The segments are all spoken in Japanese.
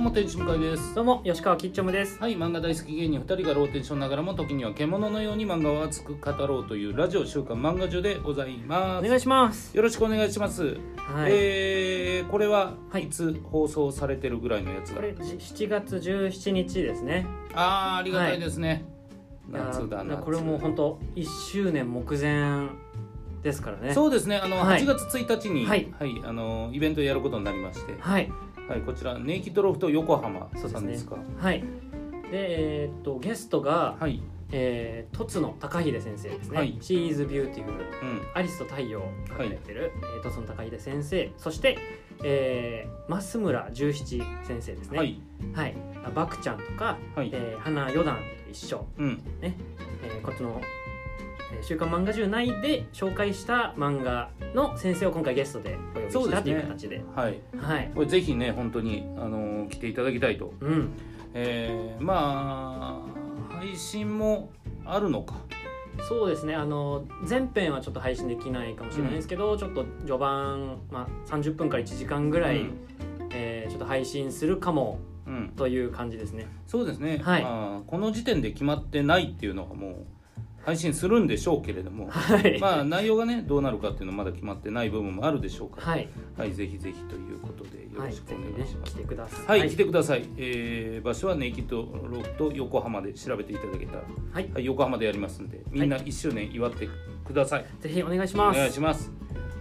も天使向井ですどうも吉川きっちょむです。はい漫画大好き芸人2人がローテーションながらも時には獣のように漫画を熱く語ろうというラジオ週刊漫画中でございおます願いします。よろしくお願いします、はい。えーこれははいいつ放送されてるぐらいのやつこだ、れじ7月17日ですね。あーありがたいですね、夏いやだいや夏これもう本当1周年目前ですからね。そうですねあの、はい8月1日に、ははいいあのイベントやることになりまして、はいはい、こちらネイキッドロフト横浜そうでさすんねですかはい。でえーっとゲストが、はい、えー、とつの高秀先生ですね。はいシーズビューティフルうん、アリスと太陽を書いてる、えー、とつの高秀先生そして、えー、増村十七先生ですね。は。いはい。あバクちゃんとか、はいえー花四段と一緒。うんえーこっちの、えー週刊漫画中内で紹介した漫画の先生を今回ゲストでお呼びそうしでたすといねう形ではいはい、これぜひね本当にあのー来ていただきたいとうん、えー、まあ配信もあるのかそうですねあの前編はちょっと配信できないかもしれないですけど、ちょっと序盤、まあ、30分から1時間ぐらい、うんえーちょっと配信するかもうん、という感じですねそうですね、はいまあ、この時点で決まってないっていうのがもう配信するんでしょうけれどもはい、まあ内容がねどうなるかっていうのはまだ決まってない部分もあるでしょうから、はい、はい、ぜひぜひということでよはろい、しぜくひお願ねいしま来す。てくださはいい、来てください、えー場所はネイキッドロフト横浜で調べていただけたら、はいはい、横浜でやりますんでみんな1周年祝ってください、ぜひお願いしまおす願いします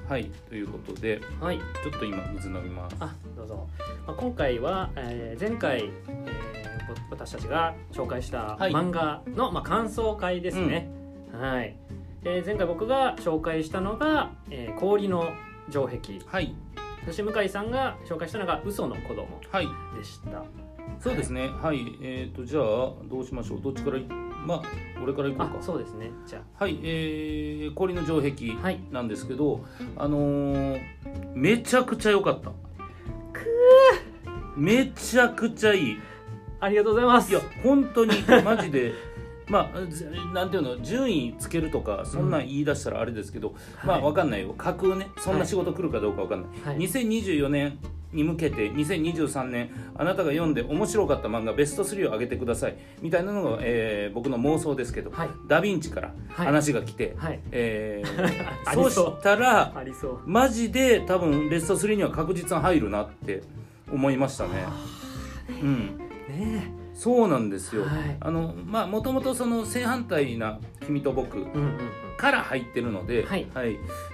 はいということではいちょっと今水飲みますあどうぞ、まあ、今回は、えー前回、えーぼ私たちが紹介したはい漫画の、まあ、感想会ですね、はいで前回僕が紹介したのが「えー氷の城壁はい」そして向井さんが紹介したのが「嘘の子供はいでしたそうですねはい、えっ、とじゃあどうしましょうどっちからいまあ俺からいこうあかそうですねじゃはいえー、氷の城壁あはいなんですけどあのーめちゃくちゃ良かったくめちゃくちゃいいありがとうございますいや本当にマジで まあずなんていうの順位つけるとかそんなん言い出したらあれですけど、まあはわかんないよ架空ねそんな仕事来るかどうかわかんない、いはい2024年に向けて2023年あなたが読んで面白かった漫画ベスト3を上げてくださいみたいなのが、えー僕の妄想ですけど、はいダ・ヴィンチからはい話が来て、はいえー ありそそううしたらありそうマジで多分ベスト3には確実に入るなって思いましたね。うん、ねそうなんですよ、はいあのまあもともとその正反対な君と僕、えうんうんから入ってるので、はい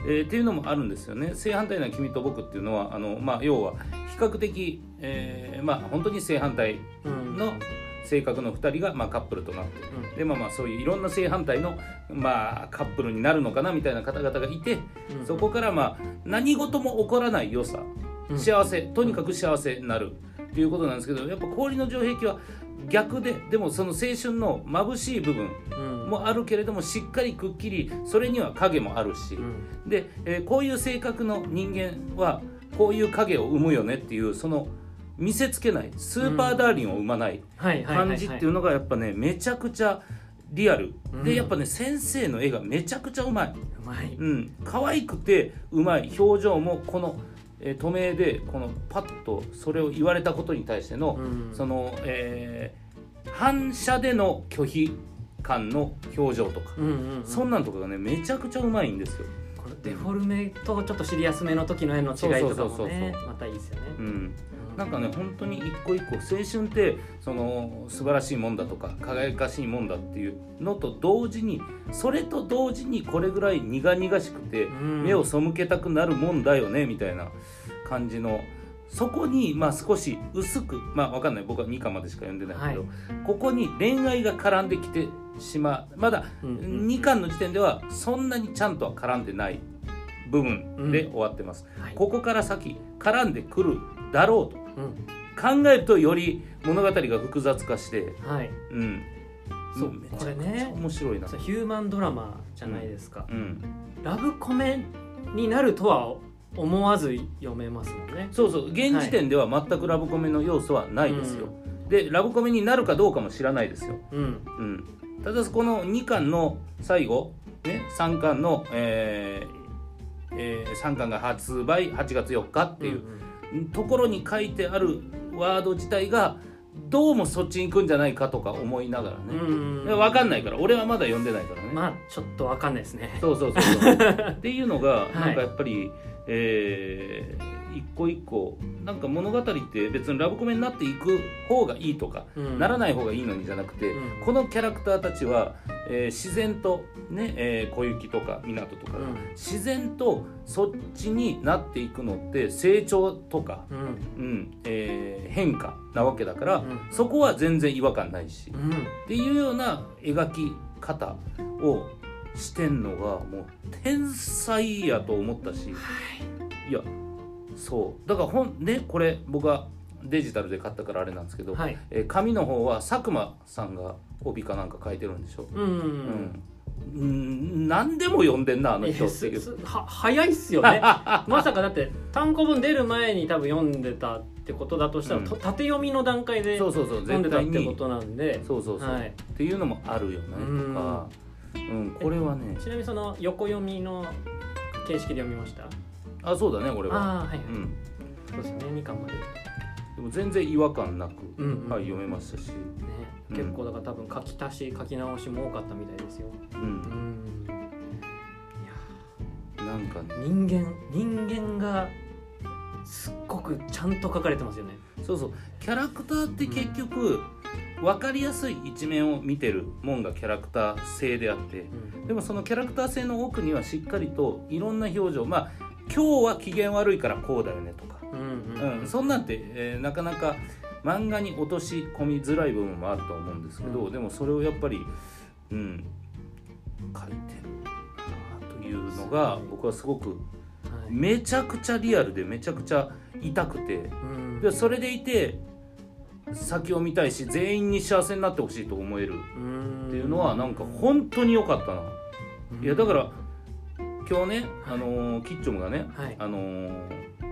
えーっていうのもあるんですよね正反対な君と僕っていうのはあの、まあ、要は比較的、えーまあ、本当に正反対うんうんの性格の2人が、まあ、カップルとなってうで、まあ、まあそういういろんな正反対の、まあ、カップルになるのかなみたいな方々がいてんうんそこから、まあ、何事も起こらない良さうん幸せとにかく幸せになるっていうことなんですけどやっぱ氷の城壁は逆ででもその青春の眩しい部分うんもあるけれどもしっかりくっきりそれには影もあるし、うんで、えーこういう性格の人間はこういう影を生むよねっていうその見せつけないスーパーダーリンを生まないはいはいはいはい感じっていうのがやっぱねめちゃくちゃリアルうんでやっぱね先生の絵がめちゃくちゃうまい、うまいうん、可愛くてうまい表情もこの、えー、透明でこのパッとそれを言われたことに対しての、うんその、えー反射での拒否感の表情とか、うんうんうん、そんなんとかがねめちゃくちゃうまいんですよ。これデフォルメとちょっとシリアスめの時の絵の違いとかそもうそうそうねそまたいいですよねう。ん、うんなんかね本当に一個一個青春ってその素晴らしいもんだとか輝かしいもんだっていうのと同時にそれと同時にこれぐらい苦々しくてうん目を背けたくなるもんだよねみたいな感じの。そこにまあ少し薄くまあわかんない僕は2巻までしか読んでないけど、はここに恋愛が絡んできてしまうまだうんうんうん2巻の時点ではそんなにちゃんとは絡んでない部分で終わってます、はいここから先絡んでくるだろうとうん考えるとより物語が複雑化してはい、うんそうめこちゃれくちゃね面白いなそうヒューマンドラマじゃないですか、うんラブコメになるとは思わず読めますもんね。そうそう現時点では全くラブコメの要素はないですよ、でラブコメになるかどうかも知らないですよ、うん、うん、ただこの2巻の最後、ね、3巻の、えーえ3巻が発売8月4日っていう、んんところに書いてあるワード自体がどうもそっちに行くんじゃないかとか思いながらね、うん分かんないから俺はまだ読んでないからね、まあちょっとわかんないですねそうそうそうそうっていうの がいなんかやっぱり、えー一個一個なんか物語って別にラブコメになっていく方がいいとか、ならなないい方がいいのにじゃなくて、うんこのキャラクターたちは、えー自然とね、えー小雪とか港とか、自然とそっちになっていくのって成長とか、うんうんうんえー変化なわけだから、うんそこは全然違和感ないし、うっんていうような描き方をしてんのがもう天才やと思ったし、い、やそうだから本ねこれ僕はデジタルで買ったからあれなんですけど、はいえー紙の方は佐久間さんが帯かなんか書いてるんでしょ、うんうんうんうん何でも読んでんなあのえ人ってすいう。すは早いっす よねまさかだって単行本出る前に多分読んでたってことだとしたら、うんと縦読みの段階でそうそうそう読んで絶たっ対てこにとなんでそうそうそう、はいっていうのもあるよねとか、うん、これはねちなみにその横読みの形式で読みましたあそうだね俺は、ああーはうい、ん、そうですよね2巻まで、ねでも全然違和感なく、うんうんはい、読めましたし、うん結構だから多分書き足し書き直しも多かったみたいですよう、うんんいやなんかね人間人間がすっごくちゃんと書かれてますよねそうそうキャラクターって結局、分かりやすい一面を見てるもんがキャラクター性であってうんでもそのキャラクター性の奥にはしっかりといろんな表情まあ今日は機嫌悪いからこうだよねとか、うんうんうん、そんなんて、えーなかなか漫画に落とし込みづらい部分もあると思うんですけど、うんでもそれをやっぱり、うん、書いてるなというのがすごい僕はすごくはいめちゃくちゃリアルでめちゃくちゃ痛くてうんでそれでいて先を見たいし全員に幸せになってほしいと思えるうんっていうのはなんか本当に良かったな。いやだから今日ね、あのーキッチョムがね、はいあのー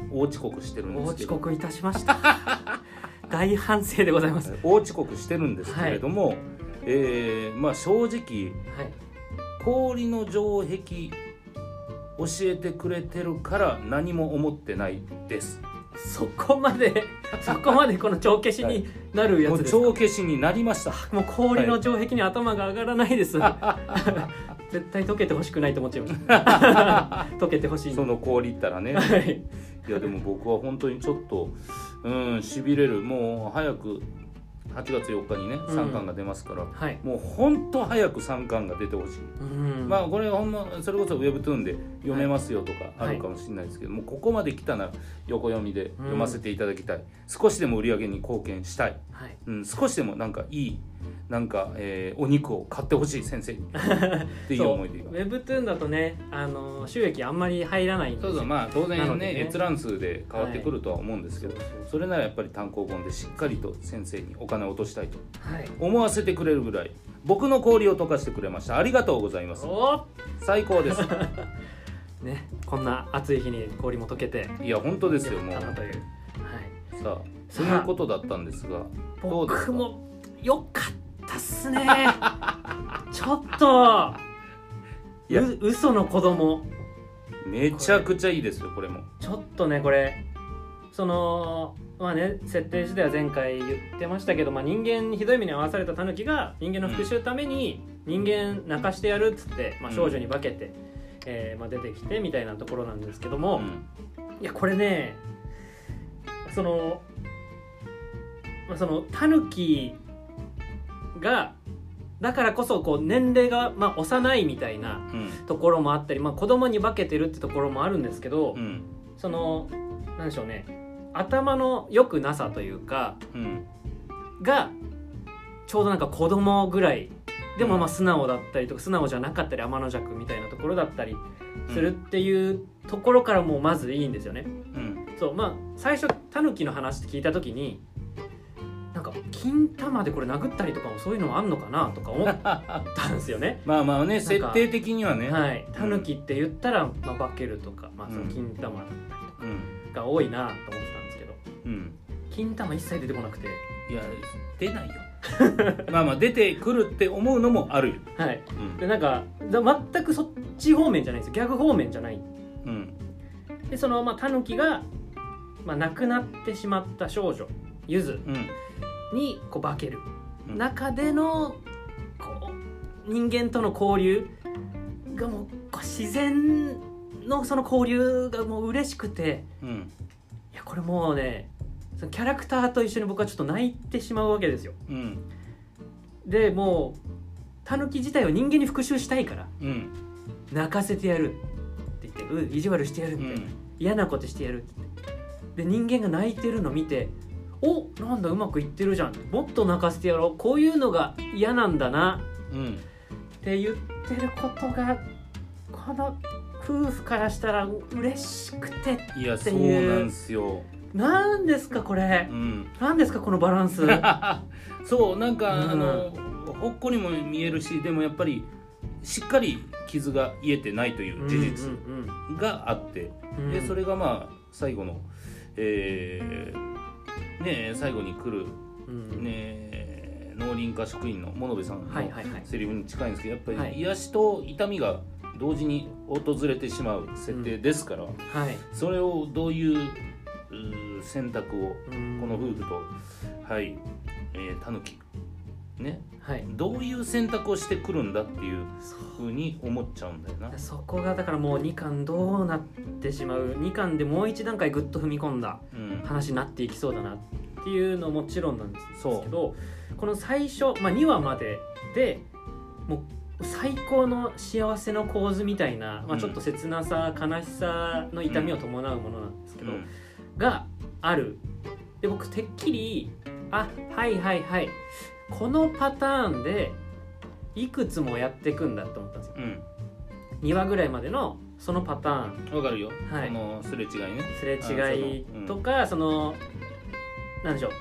大遅刻してるんでおすけ遅ど刻いたしました 大反省でございます大遅刻してるんですけれども、えーまあ、正直はい氷の城壁教えてくれてるから何も思ってないですそこま でそこまでこの帳消しになるやもつうですか、帳消しになりましたもう氷の城壁に頭が上がらないです、 絶対溶けてほしくないと思っちゃいました 溶けてほしいその氷った らねはいいやでも僕は本当にちょっとうんしびれるもう早く8月4日にねん3巻が出ますから、はい、もう本当早く3巻が出てほしいうんまあこれほんまそれこそ Webtoon で読めますよとかあはいるかもしれないですけど、もうここまで来たなら横読みで読ませていただきたい、少しでも売り上げに貢献したい、はい、うん、少しでもなんかいいなんか、えーお肉を買ってほしい先生にっていう思いでそう今 Webtoon だとね、あのー収益あんまり入らないんでそうそうまあ当なの然でねね閲覧数で変わってくるとは思うんですけど、はそれならやっぱり単行本でしっかりと先生にお金を落としたいとい思わせてくれるぐらい僕の氷を溶かしてくれましたありがとうございますお最高 ですねこんな暑い日に氷も溶けていや本当ですよもうよかったなという、はさあい、そさあういうことだったんですがどうです僕かもよかったっすね ちょっといやう嘘の子供めちゃくちゃいいですよこれもちょっとねこれそのまあね設定自体は前回言ってましたけど、まあ、人間にひどい目に遭わされたタヌキが人間の復讐のために人間泣かしてやるっつって、まあ、うん少女に化けて、えーまあ、出てきてみたいなところなんですけどうも、んいやこれねその、まあ、そのタヌキがだからこそこう年齢が、まあ、幼いみたいなうんところもあったり、まあ、子供に化けてるってところもあるんですけど、うんそのなんでしょうね頭の良くなさというかうんがちょうどなんか子供ぐらいでもうんまあ素直だったりとか素直じゃなかったり天の弱みたいなところだったりするっていうところからもうまずいいんですよね。うんそうまあ最初タヌキの話って聞いた時になんか金玉でこれ殴ったりとかもそういうのもあんのかなとか思ったんです よね。まあまあねか設定的にはねはい、タヌキって言ったら、まあ、化けるとか、まあ、その金玉だったりうんとかが多いなと思ってたんですけどうん金玉一切出てこなくて、いや出 ないよまあまあ出てくるって思うのもあるよはい、うんでなんかだ全くそっち方面じゃないんですよ逆方面じゃないうんでそのまあタヌキが、まあ、亡くなってしまった少女ゆずうんにこう化けるうん中でのこう人間との交流がもうこう自然のその交流がもう嬉しくてうんいやこれもうねそのキャラクターと一緒に僕はちょっと泣いてしまうわけですようんでもうタヌキ自体は人間に復讐したいからうん泣かせてやるって言ってうん意地悪してやるっうて、ん嫌なことしてやるってで人間が泣いてるの見ておなんだうまくいってるじゃんもっと泣かせてやろうこういうのが嫌なんだなうんって言ってることがこの夫婦からしたら嬉しくていやってそういうなんすよなんですかこれうん なんですかこのバランスそうなんかうんあのほっこりも見えるしでもやっぱりしっかり傷が癒えてないという事実うんがあってうんうんでそれがまあ最後のえーね最後に来るうんね農林課職員の物部さんのはいはいはいセリフに近いんですけどやっぱはりい癒しと痛みが同時に訪れてしまう設定ですから、はいそれをどういううー選択をここの夫婦とはいタヌキねはいどういう選択をしてくるんだっていうそふううに思っちゃうんだよな。そこがだからもう2巻どうなってしまう2巻でもう一段階ぐっと踏み込んだうん話になっていきそうだなっていうのももちろんなんですそうけどこの最初、まあ、2話まででもう最高の幸せの構図みたいな、まうんあ、ちょっと切なさ、悲しさの痛みを伴うものなんですけど、があるで僕てっきりあはいはいはいこのパターンでいくつもやっていくんだと思ったんですようん2話ぐらいまでのそのパターンうん、わかるよ、はいこのすれ違いね。すれ違いあそううんとかそのなんでしょう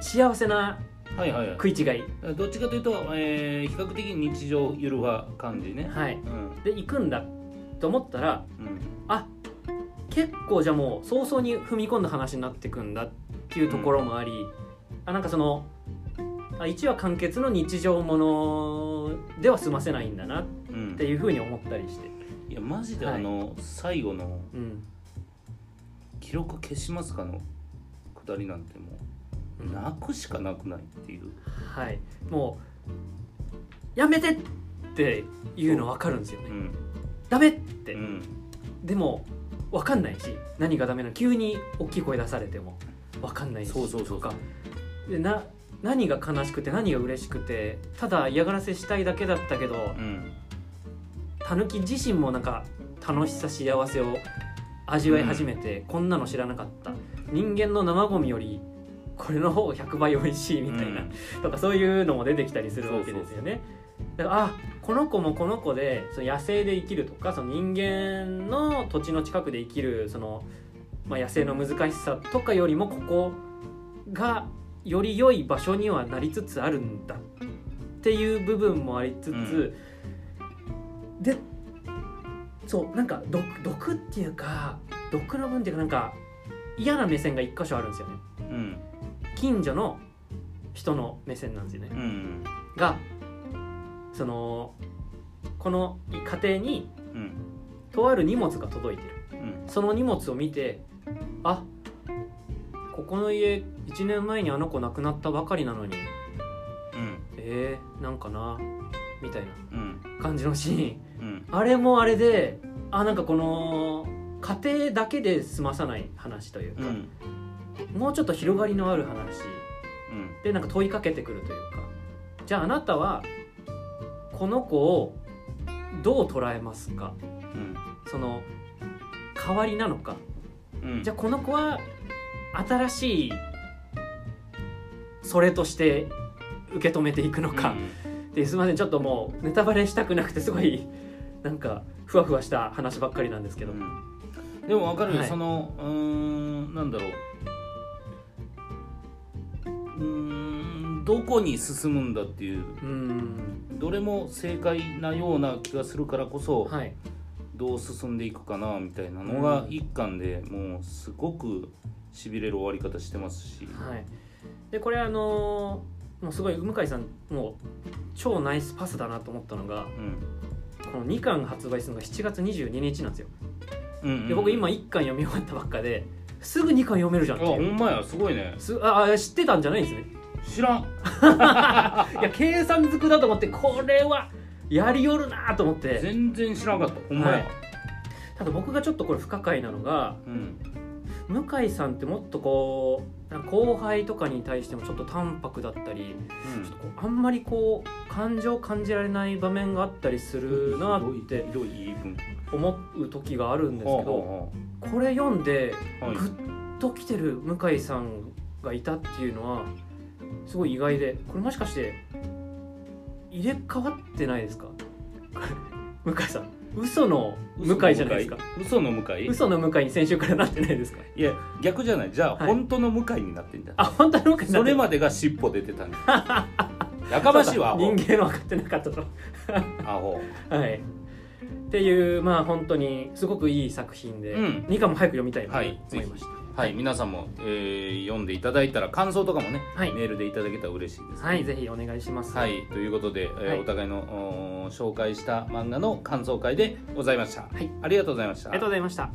幸せなはいはいはい食い違いどっちかというと、えー比較的日常ゆるふわ感じね。はいうんで行くんだと思ったらうんあ結構じゃあもう早々に踏み込んだ話になってくんだっていうところもあり、あなんかそのあ1話完結の日常ものでは済ませないんだなっうんていうふうに思ったりして、いやマジではいあの、最後のうん「記録消しますか?」の下りなんてもう泣くしかなくないっていうはい、もうやめてっていうの分かるんですようね、んダメって、うんでも分かんないし何がダメなの急に大きい声出されても分かんないしそうそうそうそうとかでな何が悲しくて何が嬉しくてただ嫌がらせしたいだけだったけどうんたぬき自身もなんか楽しさ幸せを味わい始めて、こんなの知らなかった人間の生ゴミよりこれの方が100倍美味しいみたいな、うんとかそういうのも出てきたりするわけですよね。だからあこの子もこの子でその野生で生きるとかその人間の土地の近くで生きるその、まあ、野生の難しさとかよりもここがより良い場所にはなりつつあるんだっていう部分もありつつ、でそうなんか毒毒っていうか毒の分っていうかなんか嫌な目線が一箇所あるんですよねうん近所の人の目線なんですよね。うんがそのこの家庭にうんとある荷物が届いてるうんその荷物を見てあここの家1年前にあの子亡くなったばかりなのにうんえー、なんかなみたいなうん感じのシーンうんあれもあれであなんかこの家庭だけで済まさない話といううか、んもうちょっと広がりのある話うんでなんか問いかけてくるというかじゃああなたはこの子をどう捉えますかうんその代わりなのかうんじゃあこの子は新しいそれとして受け止めていくのか、ですいませんちょっともうネタバレしたくなくてすごいなんかふわふわした話ばっかりなんですけど、うんでもわかるよ、はいそのうーんなんだろううーんどこに進むんだっていううんどれも正解なような気がするからこそ、はいどう進んでいくかなみたいなのがうん一巻でもうすごくしびれる終わり方してますし、はい、でこれあのーもうすごい向井さんもう超ナイスパスだなと思ったのがうんこの2巻発売するのが7月22日なんですようんうんで僕今1巻読み終わったばっかですぐ2巻読めるじゃんあっほていうんまやすごいねすああ知ってたんじゃないんですね知らんいや計算づくだと思ってこれはやりよるなと思って全然知らんかったほんまや、はいただ僕がちょっとこれ不可解なのがうん向井さんってもっとこうなんか後輩とかに対してもちょっと淡白だったりちょっとこうあんまりこう感情を感じられない場面があったりするなってひどい言い分です思う時があるんですけどこれ読んではいグッときてる向井さんがいたっていうのはすごい意外でこれもしかして入れ替わってないですか 向井さん嘘の向井じゃないですか嘘の向かい嘘の向井に先週からなってないですかいや逆じゃないじゃあ、はい本当の向かいになってんだあ本当の向井それもまでが尻尾出て たんだやかましいわアホ人間の分かってなかったとアホはい、っていうまあ本当にすごくいい作品で、うん二2巻も早く読みたいなとはい思いました、はい皆さんも、えー読んでいただいたら感想とかもね、はいメールでいただけたら嬉しいですね、はい、ぜひお願いします。はい、ということで、えーはいお互いのおー紹介した漫画の感想会でございました、はいありがとうございましたありがとうございました。